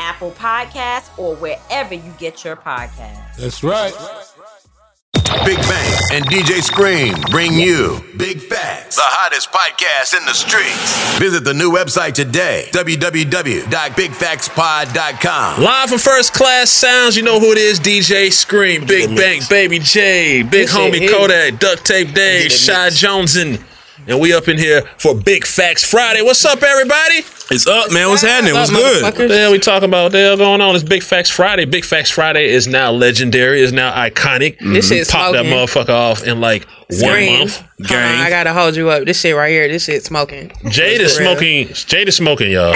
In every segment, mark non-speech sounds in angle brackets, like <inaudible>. Apple Podcasts, or wherever you get your podcasts. That's right. Big Bang and DJ Scream bring you Big Facts, the hottest podcast in the streets. Visit the new website today, www.bigfactspod.com. Live from First Class Sounds, you know who it is, DJ Scream, Big Bang, Baby J, Big it's Homie Kodak, Duct Tape Dave, Shy Jones, and we up in here for Big Facts Friday. What's up, everybody? It's up, man. What's happening? What's good? What the hell we talking about? What the hell going on? It's Big Facts Friday. Big Facts Friday is now legendary. Is now iconic. Mm-hmm. This shit pop smoking. that motother off in like Scream. one month. Gang. On, Uh-huh, I gotta hold you up. This shit right here. This shit smoking. Jade is smoking. Jade is smoking, y'all.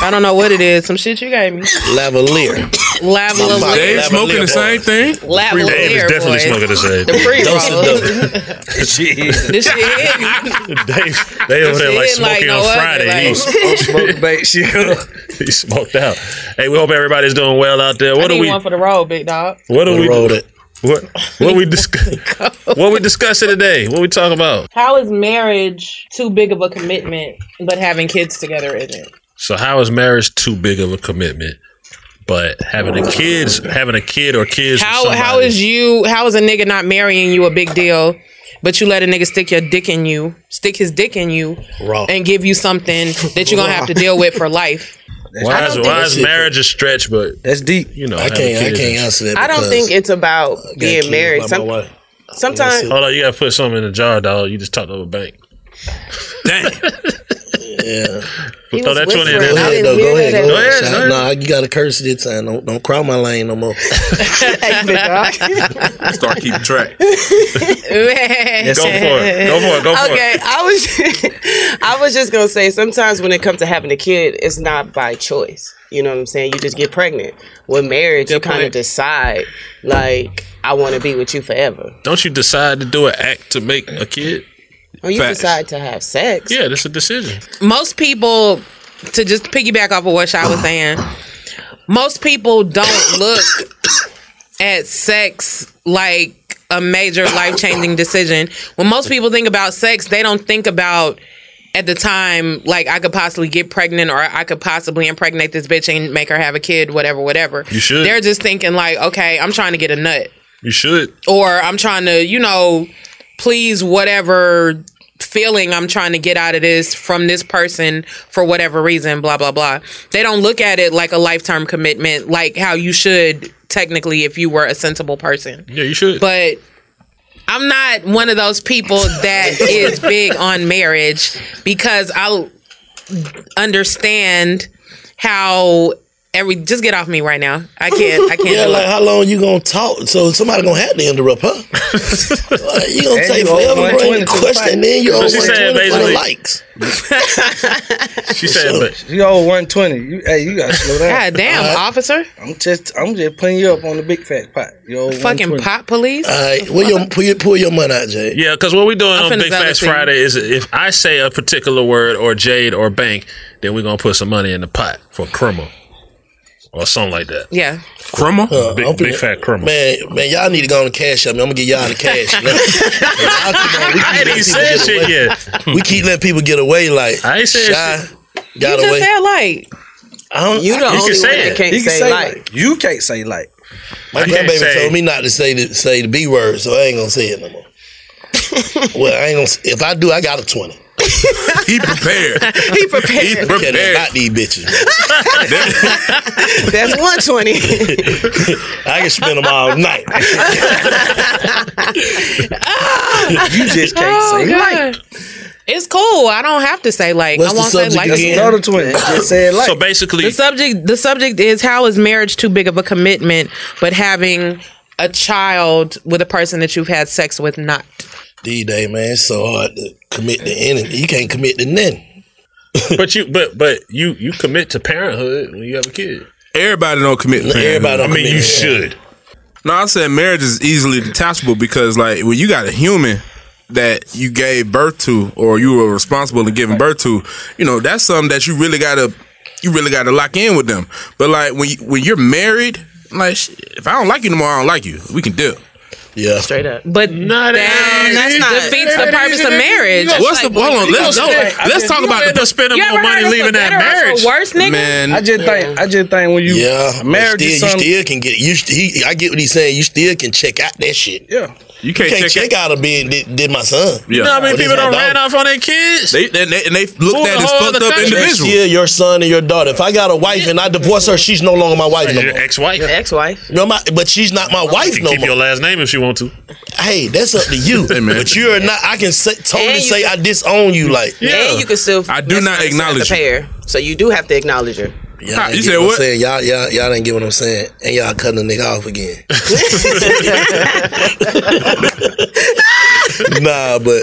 I don't know what it is. Some shit you gave me. Lavalier. Lavalier. Jade smoking the same thing. Lavalier. Dave is boy. definitely <laughs> smoking the same. The pre <laughs> roll. This shit hit. <laughs> Dave, they over there like shit like smoking no on other, Friday. like- He was- smoke bait <laughs> shit. he smoked out. Hey, we hope everybody's doing well out there. What I do need we? one for the road, big dog. What do we? Rolled it. What what we <laughs> discuss? what we discussing today? What we talking about? How is marriage too big of a commitment, but having kids together isn't? So, how is marriage too big of a commitment? But having a kids, having a kid or kids. with How somebody- how is you? How is a nigga not marrying you a big deal, but you let a nigga stick your dick in you, stick his dick in you, Raw. and give you something that you're gonna have to deal with for life? why is, why is shit- marriage a stretch? But That's deep. You know, I having can't. I kids can't is- answer that. I don't because think it's about I got kids being married. by my Some, wife. sometimes <laughs> hold on, you gotta put something in the jar, dog. You just talked over bank. Damn. yeah. But throw that twenty in Go whispering. there. I ahead, didn't though. Go hear ahead. that. Go Go ahead, ahead. go ahead. Nah, you got to curse this time. Don't don't crawl my lane no <laughs> more. Start keeping track. <laughs> Go for it. Go for it. Go for it. okay, I was <laughs> I was just gonna say sometimes when it comes to having a kid, it's not by choice. You know what I'm saying? You just get pregnant. With marriage, you kind of decide like I want to be with you forever. Don't you decide to do an act to make a kid? Or Oh, you Facts. decide to have sex. Yeah, that's a decision. Most people, to just piggyback off of what I was saying, most people don't look at sex like a major life changing decision. When most people think about sex, they don't think about at the time, like I could possibly get pregnant or I could possibly impregnate this bitch and make her have a kid, whatever, whatever. You should. They're just thinking like, okay, I'm trying to get a nut You should. or I'm trying to, you know, please whatever feeling I'm trying to get out of this from this person for whatever reason, blah, blah, blah. They don't look at it like a lifetime commitment, like how you should technically if you were a sensible person. Yeah, you should. But I'm not one of those people <laughs> that is big on marriage because I understand how every just get off me right now. I can't. I can't. Yeah, do like it. how long you gonna talk? So somebody gonna have to interrupt <laughs> her. Like, you gonna And take you owe forever to bring 120 to the the question, fight. and then you So over she said twenty for the basically- likes. She said, but you owe one twenty. You hey, you gotta slow down. God damn, All right. officer. I'm just I'm just putting you up on the big fat pot. You owe Fucking 120. pot police. All right, where your pull your, pull your money out, Jay. Yeah, because what we're doing I'm on finna Big validate Facts you. Friday is if I say a particular word or Jade or bank, then we're gonna put some money in the pot for criminal or something like that. Yeah. Criminal, Uh, big, I'm big finna- fat criminal. Man, man, y'all need to go on the cash up. I'm gonna get y'all the cash. man. <laughs> <laughs> Y'all keep on- we keep I ain't letting even people said get shit away. yet. We keep letting people get away. Like I ain't said Shy You got just away. said like I don't, you I- the can only say one that it. can't You can say, say like. like you can't say like. My I can't grandbaby say- told me not to say the say the B word, so I ain't gonna say it no more. well, I ain't gonna. s- If I do, I got a twenty. He prepared. <laughs> He prepared. Care nothing prepared. about these bitches. man. That's one twenty. <laughs> I can spend them all night. <laughs> You just can't say like. Oh, It's cool. I don't have to say like. What's I the won't say subject like. again? Another twenty. Just say like. So basically, The subject. The subject is how is marriage too big of a commitment, but having a child with a person that you've had sex with not. D day, man, it's so hard to commit to anything. You can't commit to nothing. but you, but but you, you commit to parenthood when you have a kid. Everybody don't commit. Everybody don't I mean, commit you to should. No, I said marriage is easily detachable because like when you got a human that you gave birth to or you were responsible to giving birth to, you know, that's something that you really gotta you really gotta lock in with them. But like when you, when you're married, like shit, if I don't like you no more, I don't like you. We can deal. Yeah. But Not that Um, that's not- defeats the purpose of marriage. What's the hold on? Let's No, let's talk about the the spending You ever more heard money of for leaving that better or for marriage. Worse, nigga. man. I just think I just think when you Yeah, marriage marriage is still, you something. still can get you. st- He, I get what he's saying. You still can check out that shit. yeah, You You can't, can't check, out of being did, did my son. Yeah. You know how many But it's people my don't ran dog. off on their kids? They, they, they, and they looked Who at as the whole fucked other up country? Next individual. year, your son and your daughter. If I got a wife and I divorce her, she's no longer my wife no Your more. ex-wife. ex-wife. No, my, but she's not my wife You no can keep your more. last name if you want to. Hey, that's up to <laughs> you. man. But you're not. I can say, totally And you- say I disown you. Like, And you can still. I do not necessarily acknowledge accept the pair. So you do have to acknowledge her. Y'all Huh, ain't you get said I'm what? saying. Y'all, y'all, y'all didn't get what I'm saying, and y'all cutting the nigga off again. nah, but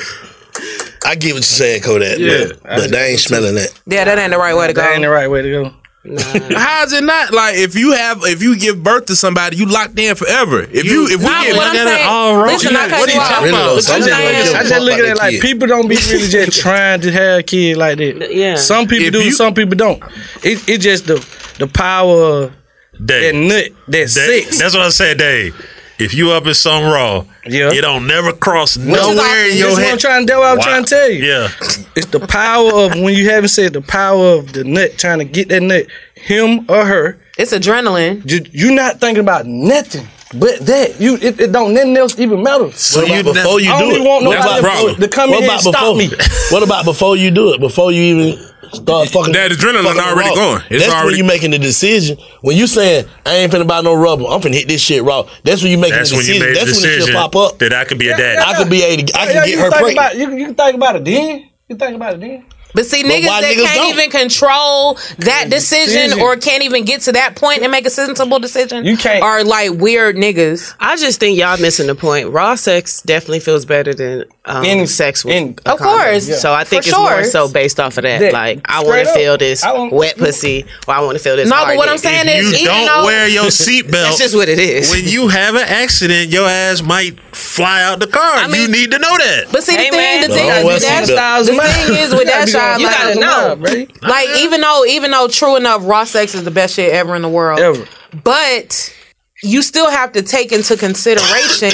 I get what you're saying, Kodak. Yeah, but, I but they ain't smelling that. Yeah, that ain't the right way to that ain't the right way to go. How's it not like if you have if you give birth to somebody, you locked in forever. If you, if we Not get what I'm saying. Listen, I What cut are you you off. talking Really though, about? some you niggas don't saying- give a I fuck just look about at it their like kid. people don't be really <laughs> just trying to have kids like that. Yeah. Some people If do, you- some people don't. It it just the the power of that Dave, nut, that Dave, six. that's what I said, Dave. If you up in some raw, Yeah. it don't never cross That's what nowhere I'm- in your that's what I'm head. trying. That's what I'm Wow. trying to tell you. Yeah, It's the power of when you haven't said the power of the nut trying to get that nut, him or her. It's adrenaline. You, you not thinking about nothing but that. You it, it don't nothing else even matter. What you about before ne- you I do don't it? even want What nobody about- to- to come in what here about and stop before- me. What about before you do it? Before you even start fucking. That adrenaline fucking already raw. going. It's That's when already- you making the decision. When you saying I ain't finna buy no rubber, I'm finna hit this shit raw. That's when you making that's the when you decision. made the that's when it decision should pop up. that I could be a daddy. I <laughs> could be a. I Yeah, could get you her think pregnant. About, you, you can think about it then. You think about it then. But see, niggas why that niggas can't don't? even control that decision, decision. or can't even get to that point and make a sensible decision You can't- are like weird niggas. I just think y'all missing the point. Raw sex definitely feels better than um, Any- sex with. any- a Of condom. course, yeah. So I think For it's sure. more so based off of that. That- like I straight want to up. feel this I don't- wet pussy, or I want to feel this. No, hard but what I'm dick. saying is, you even don't though wear your seatbelt. That's just what it is. When you have an accident, your ass might fly out the car. I mean- you need to know that. But see, the Hey, thing, man. the No, thing, I is with wasn't that the- style, the thing <laughs> is with that shot, You gotta like, know. like even though, even though, true enough, raw sex is the best shit ever in the world. Ever. But you still have to take into consideration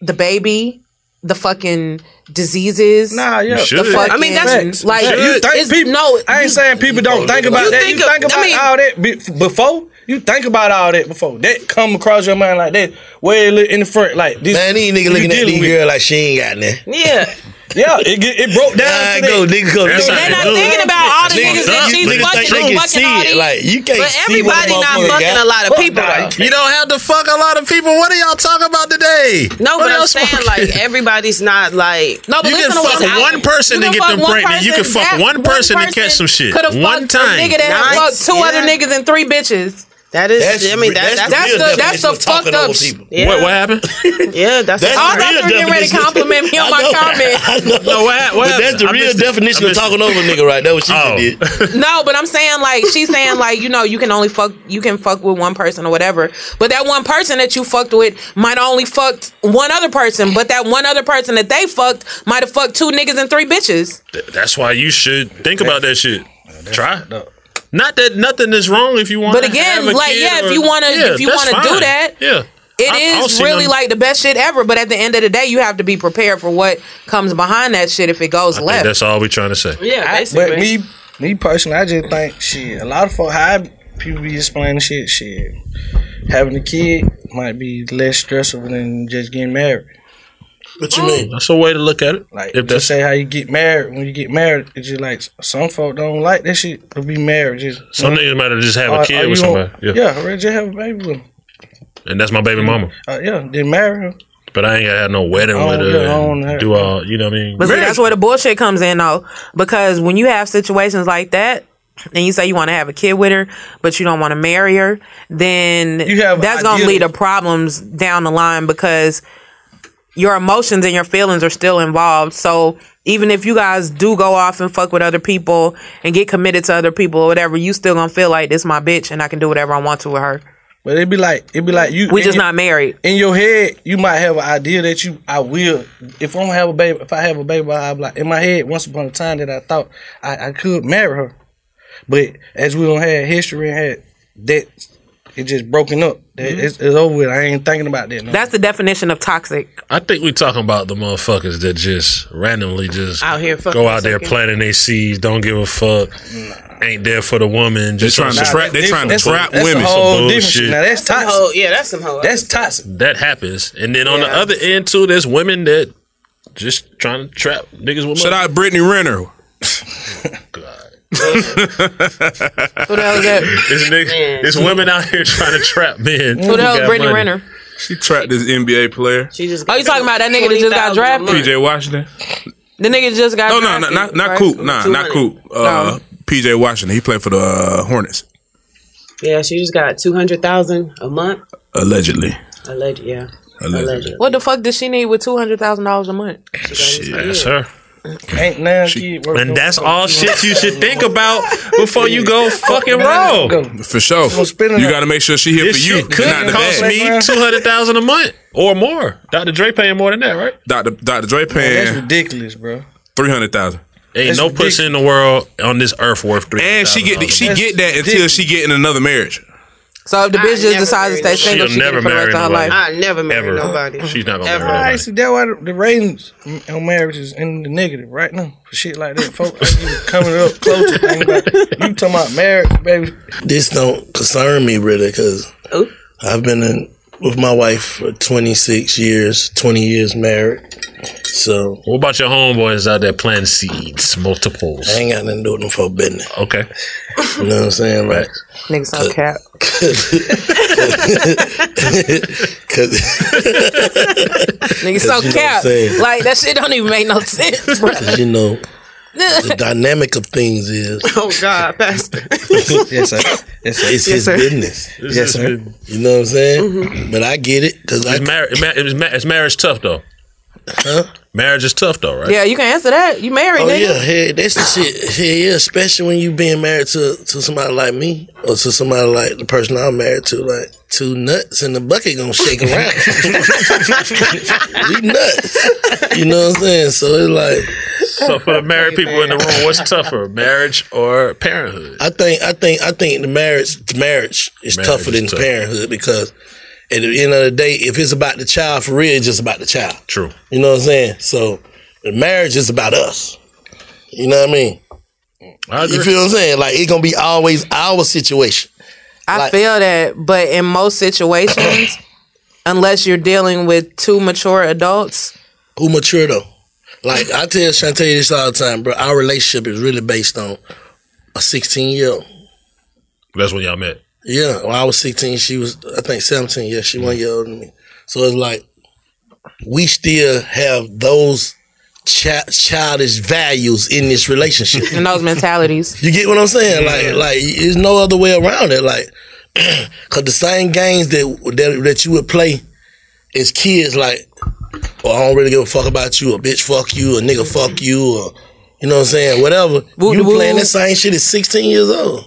the baby, the fucking diseases. Nah, yeah. You should. Ah, The fucking, I mean, that's- Facts. like Facts. you it's- think people, no. I ain't saying people don't think about You that. think you of- think I about mean- all that be- before. You think about all that before that come across your mind like that, way it look in the front like this. Man, these niggas you looking at dealing these with- girl like she ain't got nothing. yeah, Yeah, it, get- it broke down. I to go, that. nigga, go. That's nigga, how they it not do. thinking about all the niggas that she's Niggas fucking, think they who can fucking see all it. these- Like you can't. But see what everybody the not motherfucker fucking a got. lot of Fuck people, nah, though. you can't. You don't have to fuck a lot of people. What are y'all talking about today? No, What but I'm else saying fucking- like everybody's not like. No, but You listen can to fuck what's out one there. person You to can get fuck them one pregnant. You can person, fuck that one person and catch some shit. Coulda fucked One time. A nigga that Nice. fucked two Yeah. other niggas and three bitches. That is. I mean, that, that's that's the that's the fucked up. sh- What, what <laughs> happened? Yeah, that's. That's I the thought you real were getting ready to definition. <laughs> compliment me on my I know. comment. I know. No, what hap- what But that's happened? the I real missed it. definition I of missed talking over a nigga right there. What she Oh. just did. No, but I'm saying like she's saying like you know you can only fuck you can fuck with one person or whatever. But that one person that you fucked with might only fucked one other person, but that one other person that they fucked might have fucked two niggas and three bitches. Th- That's why you should think about that shit. Try. it. Not that nothing is wrong if you want. But again, like, yeah, if you wanna- if you wanna do that, yeah, It I- I don't is see really nothing- like the best shit ever, but at the end of the day, you have to be prepared for what comes behind that shit if it goes I think left. that's all we're trying to say. Yeah, But me, me personally, I just think shit. A lot of folk, how people be explaining shit, shit. Having a kid might be less stressful than just getting married. What you mean? That's a way to look at it. Like, if just say how you get married. When you get married, it's just like some folk don't like that shit to be married. Just Some niggas might have just have a Are- kid are with you on- somebody. Yeah. yeah, or just have a baby with 'em. and that's my baby mama. Uh, yeah, then marry her. But I ain't gotta have no wedding I with don't- her. yeah, I don't and have- do all you know what I mean? But see, that's where the bullshit comes in, though, because when you have situations like that, and you say you want to have a kid with her, but you don't want to marry her, then that's going ideas. to lead to problems down the line because your emotions and your feelings are still involved. So even if you guys do go off and fuck with other people and get committed to other people or whatever, you still going to feel like this my bitch and I can do whatever I want to with her. But it'd be like it'd be like you. We in just your- not married. In your head, you might have an idea that you I will. If I don't have a baby, if I have a baby, I'll be like in my head. Once upon a time, that I thought I, I could marry her, but as we don't have history and had that, it just broken up. That Mm-hmm. it's, it's over with. I ain't thinking about that. No. That's the definition of toxic. I think we talking about the motherfuckers that just randomly just Out here fucking go out there sucking. planting their seeds, don't give a fuck, ain't there for the woman. Just trying to trap- they trying to That's- trap that's a women. whole Some different- bullshit. Now that's Some toxic. hoe- yeah, that's some hoe. That's toxic. That happens, and then on the Yeah. other end too, there's women that just trying to trap niggas with Shout money. out Brittany Renner. <laughs> Who the hell is that? It's, niggas, it's women out here trying to trap men. Who the hell is got Brittany money. Renner? She trapped this NBA player. She just Oh, you talking about that nigga that just got drafted? PJ Washington. The nigga just got No, no, drafted. no, not not right? Coop. Nah, not Coop. Uh, PJ Washington. He played for the uh, Hornets Yeah, she just got two hundred thousand a month. allegedly. Alleged, yeah. Allegedly. What the fuck does she need with two hundred thousand dollars a month? Shit, That's her. Ain't now kid worth And no that's fuck. all shit you should think about before you go fucking wrong. For sure. You got to make sure she here This for you. shit could not the cost bag. me two hundred thousand a month or more. Dr. Dre paying more than that, right? Dr. Dr. Dre That's paying ridiculous, bro. three hundred thousand. Ain't no pussy in the world on this earth worth three. And she get she get that until she get in another marriage. So if the bitch just decides to stay single, she get it for the rest of her life. I never marry Ever. nobody. She's not gonna Ever. marry nobody. I see that why the, the ratings on marriage is in the negative right now for shit like that. Folk like you coming up close to things about you talking about marriage, baby. this don't concern me really because I've been in with my wife for 26 years, 20 years married. So What about your homeboys out there planting seeds, multiples? I ain't got nothing to do with them for business. Okay. You know what I'm saying? <laughs> Right. Niggas on <laughs> cap. Because Niggas so you know what I'm cap. saying. Like that shit don't even make no <laughs> sense, <laughs> bro. you know, the dynamic of things is Oh God, Pastor. <laughs> yes, sir. Yes, sir. it's Yes, his sir. business. It's Yes, his sir. business. You know what I'm saying? Mm-hmm. But I get it because I Is, mar- is, ma- is, ma- is marriage tough though? Marriage is tough though, right? Yeah, you can answer that. You married, Oh nigga. yeah, hey, that's the shit. Hey, yeah, especially when you being married to to somebody like me or to somebody like the person I'm married to, like two nuts in the bucket gonna shake around. <laughs> we nuts, you know what I'm saying? So it's like <laughs> So for the married people in the room, what's tougher, marriage or parenthood? I think I think I think the marriage the marriage is Marriage tougher than is the tough. parenthood because at the end of the day, if it's about the child for real, it's just about the child. True. You know what I'm saying? So the marriage is about us. You know what I mean? You feel what I'm saying? Like it's gonna be always our situation. I feel that, but in most situations, unless you're dealing with two mature adults, Who mature though? Like I tell Shantae this all the time, bro. Our relationship is really based on a 16 year old. That's when y'all met. Yeah, when I was 16, she was, I think, 17. Yeah, she one year older than me. So it's like, we still have those chi- childish values in this relationship. <laughs> and those mentalities. You get what I'm saying? Like, like there's no other way around it. Like, <clears throat> cause the same games that that, that you would play as kids, like, well, I don't really give a fuck about you, or bitch, fuck you, or nigga, fuck you, or you know what I'm saying, whatever. you woo. playing that same shit at 16 years old.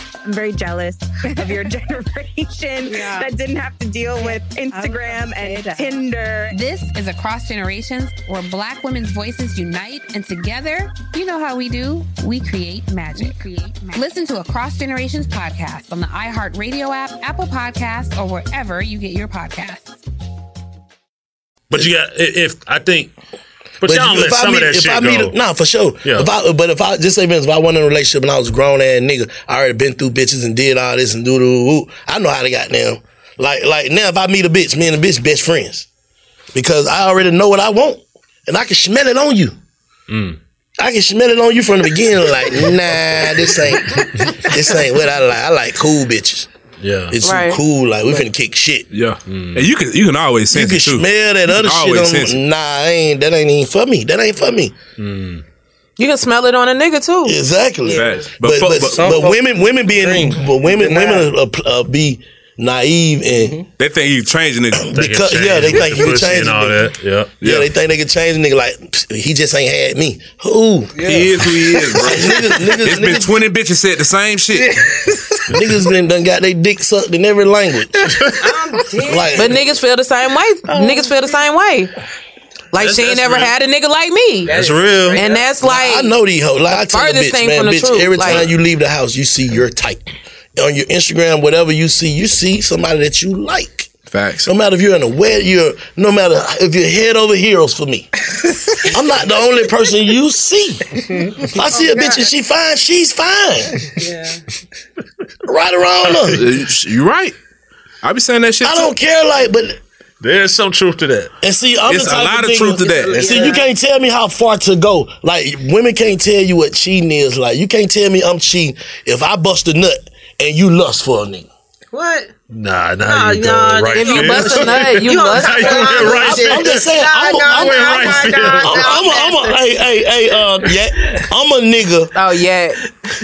I'm very jealous of your <laughs> generation <laughs> that didn't have to deal with Instagram and Tinder. This is Across Generations, where Black women's voices unite, and together, you know how we do, we create magic. Listen to Across Generations podcast on the iHeartRadio app, Apple Podcasts, or wherever you get your podcasts. But you got i- if I think, but, But y'all don't let if I some meet- of that if shit I meet go. a- nah, for sure. Yeah. If I, but if I just say, man, if I went in a relationship and I was a grown ass nigga, I already been through bitches and did all this and doo doo. doo. I know how to goddamn. Like, like now, if I meet a bitch, me and the bitch best friends because I already know what I want and I can smell it on you. Mm. I can smell it on you from the beginning. Like, <laughs> nah, this ain't this ain't what I like. I like cool bitches. Yeah, It's Right. cool. Like we Right. finna kick shit. Yeah, Mm. and you can you can always You sense can it too. smell that You other can shit always on. sense it. Nah, I ain't. That ain't even for me. That ain't for me. You can smell it on a nigga too. Exactly. But fu- but, but, some folks women women being but women women uh, pl- uh, be naive and They think you changing it They Because- can yeah, change they <laughs> think you pussy and changing all it. Yeah, yeah. they think they can change a nigga like "Psst, he just ain't had me. Who He is who he is, bro. <laughs> niggas, niggas, It's been niggas- twenty bitches said the same shit. niggas been done got their dick sucked in every language. Like- Oh, but niggas feel the same way. Niggas feel the same way. Like That's- she ain't that's never real. had a nigga like me. And that's like I know these hoes. Like I the tell the furthest bitch, thing man, from the bitch. truth. Every Like- time you leave the house, you see your type on your Instagram, whatever you see, you see somebody that you like. Facts. No matter if you're in a wet, you're no matter if you're head over heels for me. I'm not the only person you <laughs> see. If I Oh, see a bitch and she fine, she's fine. Right around <laughs> her. you right. I be saying that shit. I don't care, like, but There's some truth to that. And see, I'm It's the a type lot of nigga- truth to that. See, you can't tell me how far to go. Like women can't tell you what cheating is. Like you can't tell me I'm cheating if I bust a nut and you lust for a nigga. What? Nah, nah, Nah, you nah, going right if you there. bust a nut, you bust Nah, a you nut. went right there. I'm just saying. I'm a, Nah, I'm, nah, I'm, nah, I'm, nah, nah, I'm, a, I'm a, hey, hey, hey, uh, yeah, I'm a nigga. Oh yeah,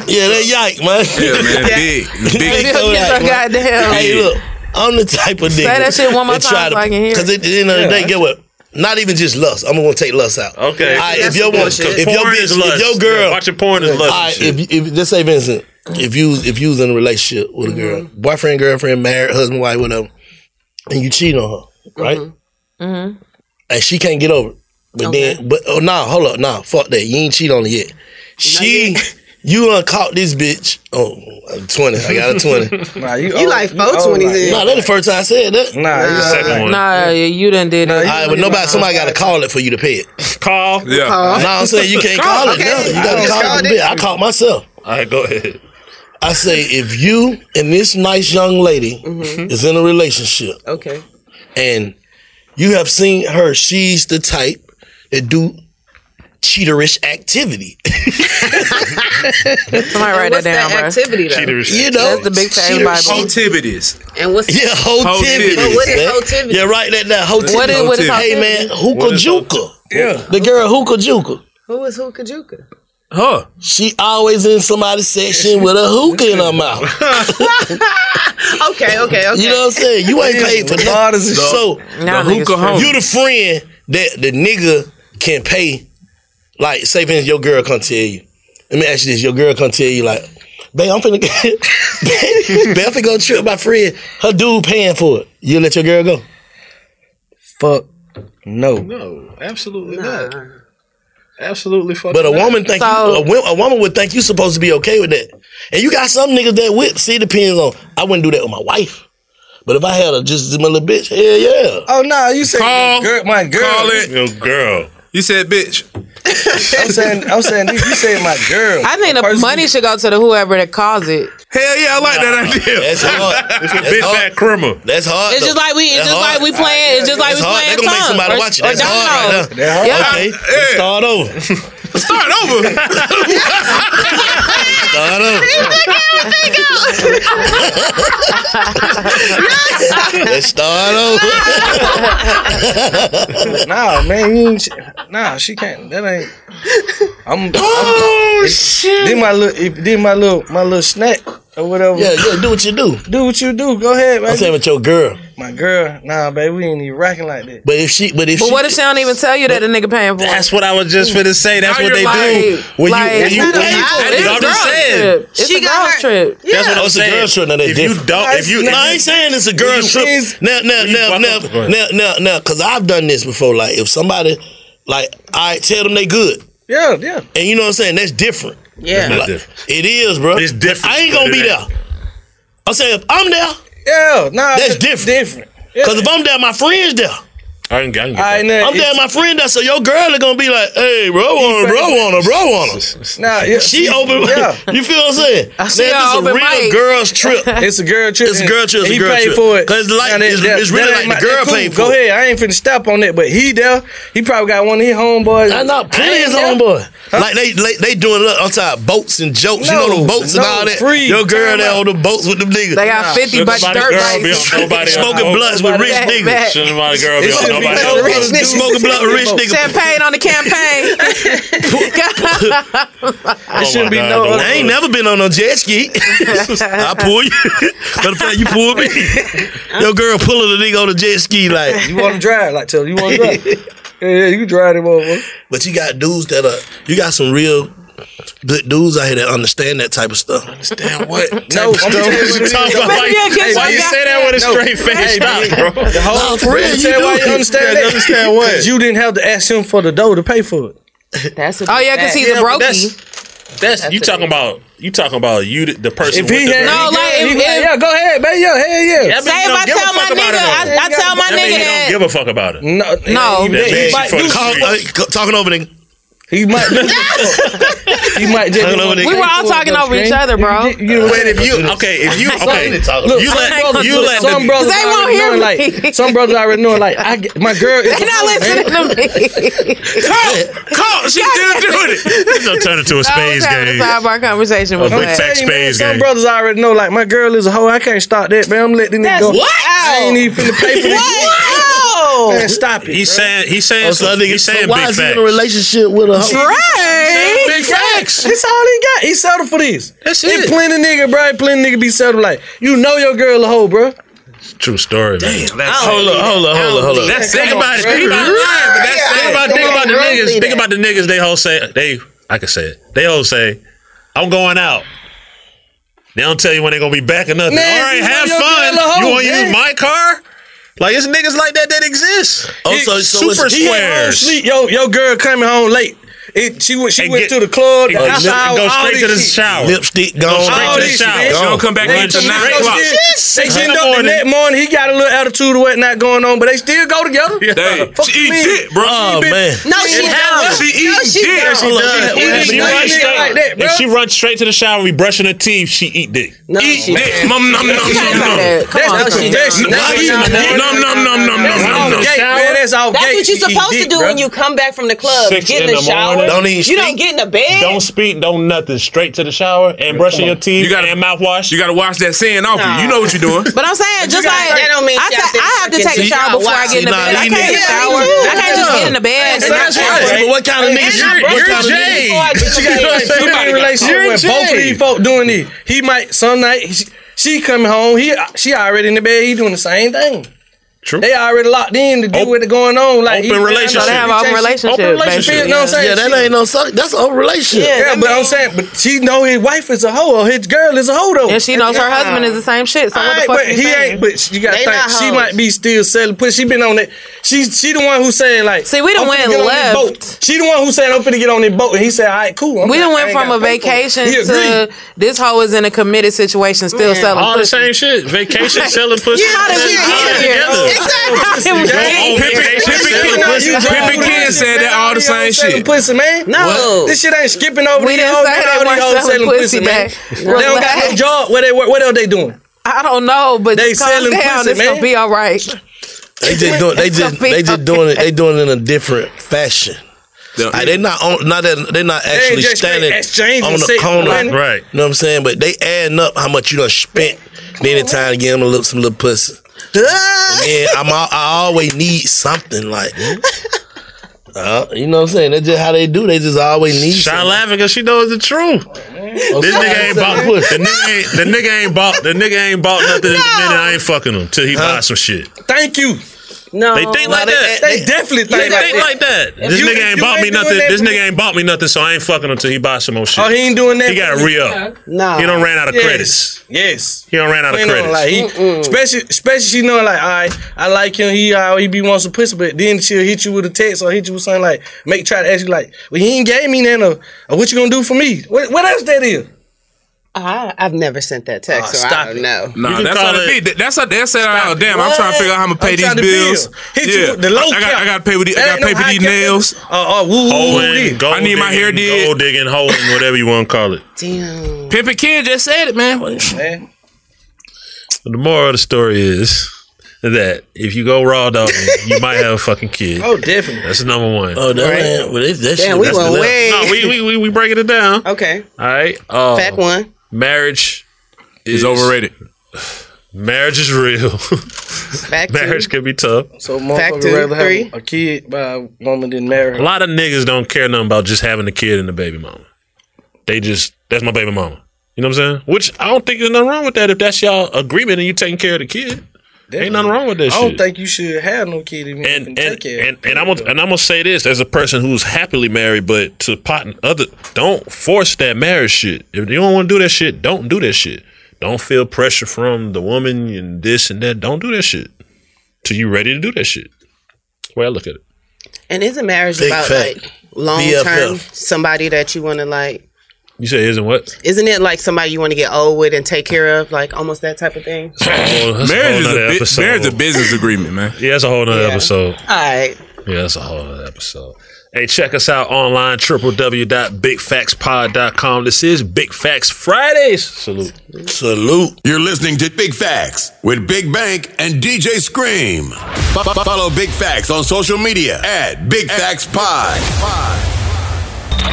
yeah, that yike, man. Yeah, <laughs> man, big, big. Big Look at yike, her man. goddamn- Hey, look, I'm the type of nigga. Say that shit one more that time try so I can hear Cause at the end of the day, get what? Not even just lust. I'm gonna take lust out. Okay. All right, if That's your woman, bullshit. if your Porn bitch, is if lust. your girl, Yeah, watching porn is lust All right, and if, if let's say, Vincent, if you if you was in a relationship with a Mm-hmm. girl, boyfriend, girlfriend, married, husband, wife, whatever, and you cheat on Mm-hmm. her, right? Mm-hmm. and she can't get over it. But then, but oh nah, hold up, nah, fuck that. You ain't cheat on it yet. She, <laughs> you done caught this bitch. Oh, I'm 20. I got a <laughs> 20. Nah, you, like four twenties in. Nah, that's the first time I said that. Nah, you Nah, second one. nah, you done did it. All right, but nobody, <laughs> somebody got to call it for you to pay it. Call. Yeah. Nah, I'm saying you can't Call, call it. okay. No, you I got to just call it. called for it. the bill. I called myself. All right, go ahead. I say if you and this nice young lady is in a relationship, Mm-hmm. Okay. and you have seen her, she's the type that do cheaterish activity. Somebody write that what's down, that bro. activity, though? Cheaters. You know, that's the big thing cheaters. Bible. Activities. And what's Yeah, hotivity. But what is hotivity? Yeah, right. That that What is- hotivity. what is Hey hotivity? man, hookah juka. Yeah, the girl hookah juka. Who is Hookah Juka? Huh? She always in somebody's section with a hookah in her mouth. <laughs> Okay, okay, okay. You know what I'm saying? You ain't paid for that. Bananas and so shit. Nah, The niggas hookah friend. homie. you the friend that the nigga can pay. Like, say for instance, your girl come tell you. Let me ask you this: Your girl come tell you like, "Babe, I'm finna, <laughs> <laughs> babe, I'm finna go trip with my friend. Her dude paying for it. You let your girl go? Fuck no. No, absolutely not. Absolutely fucking. But a not. woman think you, a, wo- a woman would think you supposed to be okay with that. And you got some niggas that whip. See, it depends on. I wouldn't do that with my wife. But if I had a just my little bitch, hell yeah. Oh no, you said Call. girl, my girl. Call it. Your girl. You said bitch. I'm saying, I'm saying, you said my girl. I think the money should go to the whoever that caused it. Hell yeah, I like that idea. <laughs> That's hard. It's a big fat criminal. That's hard. It's just like we- it's just like we playing- it's just like we playing They're gonna make tongue somebody or- watch it. or That's hard right domino. now. Yeah. Okay, let's start over. Start <laughs> over. start over. Let's start <laughs> over. nah, man, you ain't, nah, she can't. That ain't. I'm. Oh shit! Did my little, if, did my little, my little snack or whatever. Yeah, yeah, do what you do. Do what you do. Go ahead, man. I'm saying with your girl. my girl. Nah, baby, we ain't even rocking like that. But if she, but if But she, what if she don't even tell you that the nigga paying for? That's what I was just finna say. That's Now what they do you're like- when like- you when you It's not pay a for girl it. I'm just trip. saying. It's a girl trip. That's what I'm it's a saying. girl trip. Now that's if different. you don't, if you, no, I ain't saying it's a girl If you trip. is- Now, now, you now, fuck now, up- go ahead. now, now, now, because I've done this before. Like, if somebody, like, I tell them they good. Yeah, yeah. And you know what I'm saying? That's different. Yeah. Like, It is, bro. It's different. I ain't gonna be there. I'm saying if I'm there. Yeah, nah, that's different. Different. Because if I'm there, my friend's there. I ain't got I it. know. I'm there, my friend there. So your girl is gonna be like, "Hey, bro, on her, bro, on her, bro, on her." <laughs> Nah, yeah, she <laughs> open. yeah. You feel what I'm saying? Man, see this her is a open real mic. <laughs> girls trip. <laughs> It's a girl trip. It's a girl trip. And It's a he girl paid trip. for it. 'Cause it's like- Now, it's- it's really ain't like the girl that paid Go for it. ahead. I ain't finna stop on that, but he there. He probably got one of his homeboys. I know plenty I of his ain't homeboy. Huh? <laughs> Like they, they they doing look, I'm talking boats and jokes. you know No, the boats and no, all that. free. Your girl Time there out. on the boats with them niggas. They got Nah. 50 bucks Somebody dirt girl bikes. be on <laughs> nobody on smoking boat. blunts with <laughs> rich Back, niggas. back. Shouldn't my girl be It on shouldn't be nobody no else? rich niggas. Smoking blunt with rich niggas. Champagne on the campaign. Oh It shouldn't my be God, no. don't I do it. ain't never been on no jet ski. <laughs> I pull you. Matter of fact, you pull me. <laughs> Your girl pulling a nigga on a jet ski like. You want to drive? Like tell her you want to drive. <laughs> yeah, yeah, you can drive him over. But you got dudes that are. You got some real good dudes out here that understand that type of stuff. Understand what? <laughs> No, I'm telling you what it is. Why you say that with a straight face? Stop, <laughs> bro. The whole Nah, for real, you understand why do. you understand Yeah, that? understand what? Uh, 'Cause you didn't have to ask him for the dough to pay for it. That's Oh, yeah, 'cause he's a but brokey. that's- That's, you talking about you talking about you the, the person. If he with had- the No, brand. like, if- if- Yeah, go ahead, baby. Yeah, hell yeah. That Say mean you if don't I give a tell my fuck about nigga, it, though. I, I tell my That mean nigga you that. don't give a fuck about it. No, No. That means he you might fucking do- uh, street. talking over nigga. He might. <laughs> he might just. Talking over nigga. We were all talking over each other, bro. Wait, if you okay, if you okay, Look, you some let brothers, you let some the- brothers They won't already hear know, me. like some brothers already know, like I, get- my girl is <laughs> They not listening to me. Call, she's <laughs> still doing it. It's gonna turn into a Space game. Sidebar conversation with I'm that. telling you, man, Some brothers already know, like my girl is a hoe. I can't stop that, man. I'm letting this That's go. what? I ain't even finna pay for this. Wow. Man, stop it. He's saying he's saying so some- nigga, he's saying so why big is he in a facts. relationship with a hoe? Right. Big facts. That's all he got. He settled for this. That's it. And plenty nigga, bro. and Plenty nigga be settled like you know your girl a hoe, bro. True story, man. Hold up, hold up, hold up, hold up. That's think about it. Think about it. But that's think about think about the niggas. Think about the niggas. They whole say they. I can say it. They whole say, "I'm going out." They don't tell you when they gonna be back or nothing. Man, All right, you know have your fun. girl a hoe, you want to man. use my car? Like it's niggas like that that exists. He- super he had her squares. sleep. Yo, your girl coming home late. It, she went. She And went to get- the club. The and go after lip- and hours, go all straight this to the shit. shower. Lipstick Go gone. straight All to the this shower. shit She don't come back They until just nine go o'clock. still- They Six in end the up the morning. next morning. He got a little attitude or whatnot going on, but they still go together. Hey, Fuck she you eat mean? dick, bro. Oh, man. No, she don't. She No, she eating dick. don't. She Look, love she- it. she She runs like straight- that, If bro. she runs straight to the shower, we brushing her teeth. She eat dick. Eat dick. Nom nom nom nom nom. That's the Nom nom confession. That's what I'm saying. nom nom nom nom That's nom all nom. gay, man. That's all That's gay. what you're Eat supposed dick, to do bro. when you come back from the club. Six get in in the, the shower. morning. Don't even you don't get in the bed. Don't speak. Don't nothing. Straight to the shower and brushing your teeth you gotta, and mouthwash. You gotta wash that sand off you. You know what you're doing. <laughs> But I'm saying, just you like gotta- that don't mean I, y'all ta- been I have to fucking take a shower together. before I Wow. get in See, the bed. nah, I he can't niggas- shower. Yeah, I can't just get in the bed. That's and right. shower. But what kind of And niggas I you- brush my what kind of teeth niggas- before I get in You <laughs> the know what I'm bed. saying? You be in a relationship with both of these folk doing this. He might some night she, she coming home. He she already in the bed. He doing the same thing. True. They already locked in to do what's going on. Like he- open relationship. They have he open just- relationship, Open relationship. basically. You know what I'm saying? Yeah, that She- ain't no suck. That's a relationship. yeah, but I'm saying, but she know his wife is a hoe, or his girl is a hoe though, And she knows her husband is the same shit. So what the Alright, fuck? but he ain't. But you got to They think not she hoes. might be still selling. But she been on that. She she the one who said like. See, we done went left. She the one who said I'm finna get on this boat, and he said, "All right, cool." I'm we not- done I went ain't from gotta a pay for it." vacation He to agreed. this hoe is in a committed situation, still selling All the pussy. same shit. <laughs> Vacation, selling pussy. Yeah, how did we All get here? together. Exactly. Go on Pimpin'- vacation, selling pussy. Pimpin' Ken said that all the same Selling shit. pussy, man. No. this shit ain't skipping over. We these didn't hoes. say They they all these weren't hoes selling pussy, man. back. They don't got no Relax. job. What they what what else they doing? I don't know, but They they calm selling down. pussy, it's man. gonna be all right. They just doing. They <laughs> just. They just doing it. They doing it in a different fashion. Like, they not on. Not that they not actually just straight standing exchanging on the sitting money. corner. Right. You know what I'm saying? But they adding up how much you done spent. Then the time to give them a little some little pussy. and then I'm. al- I always need something like. Uh, you know what I'm saying? That's just how they do. They just always need. Shot something. Oh, laughing because she knows the truth. This nigga <laughs> ain't bought the nigga ain't the nigga ain't bought the nigga ain't bought nothing in the minute I ain't fucking him till he buys some shit. Thank you. No, They think like they- that. They definitely They think think like that. This You- nigga ain't you bought me ain't doing nothing. that This for nigga ain't bought me nothing, so I ain't fucking him till he buys some more shit. Oh, he ain't doing that. He got for re you? up. He done ran out of Yes. credits. Yes. He done ran out of Ain't no credits. Like, he, especially, especially she know like, all right, I like him. He, uh, he be wanting some pussy, but then she'll hit you with a text or hit you with something like, make try to ask you like, well, he ain't gave me nothing. Or, or what you gonna do for me? What, what else that is? I, I've never sent that text. Oh, so stop I it. don't know. Nah, can that's call how they it- be. That's how they said. Oh, damn! I'm trying to figure out how I'm gonna pay these trying to bills. bill. Hit you with the low I, I, got, cap. I gotta pay with. The, That I ain't gotta pay no for high these cap. nails. Uh, uh, woo, woo, woo, Hoeing, woo. gold I need my hair digging, did. Gold digging, hoeing, whatever you want to call it. Damn. Pimpin' Ken just said it, man. Man. But the moral of the story is that if you go raw dogging, you might have a fucking kid. Oh, definitely. That's number one. Oh, that man. Well, they, that shit. Damn, we that's went the- way. No, we, we, we, we breaking it down. Okay. All right. Uh, Fact one. Marriage It's is, overrated. Marriage is real. <laughs> Fact two. marriage can be tough. So Fact motherfucker two, rather three. have a kid by a woman than marry A her. lot of niggas don't care nothing about just having a kid and a baby mama. They just that's my baby mama. You know what I'm saying? Which I don't think there's nothing wrong with that if that's y'all agreement and you taking care of the kid. Ain't nothing wrong with that I shit. don't think you should have no kid if you and can take and care. of and, and I'm gonna, and I'm gonna say this as a person who's happily married, but to pot and other, don't force that marriage shit. If you don't want to do that shit, don't do that shit. Don't feel pressure from the woman and this and that. Don't do that shit till you ready to do that shit. That's the way I look at it. And isn't marriage Big about fact. like long term BFF. somebody that you want to like You say isn't what? Isn't it like somebody you want to get old with and take care of, like almost that type of <laughs> thing? That's Marriage is a whole nother bu- episode. marriage is a business agreement, man. Yeah, that's a whole nother episode. All right. Yeah, that's a whole nother episode. Hey, check us out online, www.bigfactspod.com. This is Big Facts Fridays. Salute. Salute. You're listening to Big Facts with Big Bank and DJ Scream. Fo- fo- Follow Big Facts on social media at Big Facts Pod.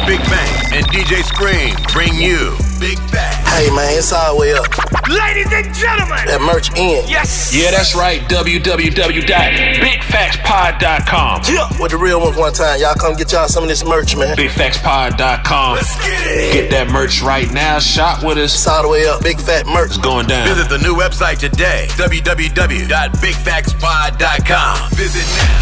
Big Bank and DJ Scream bring you Big Facts. Hey man, it's all the way up. Ladies and gentlemen, That merch in. Yes. Yeah, that's right. www.bigfactspod.com. Yeah, with the real ones one time. Y'all come get y'all some of this merch, man. Bigfactspod.com. Get that merch right now. Shop with us. It's all the way up. Big Fat Merch is going down. Visit the new website today www.bigfactspod.com. Visit now.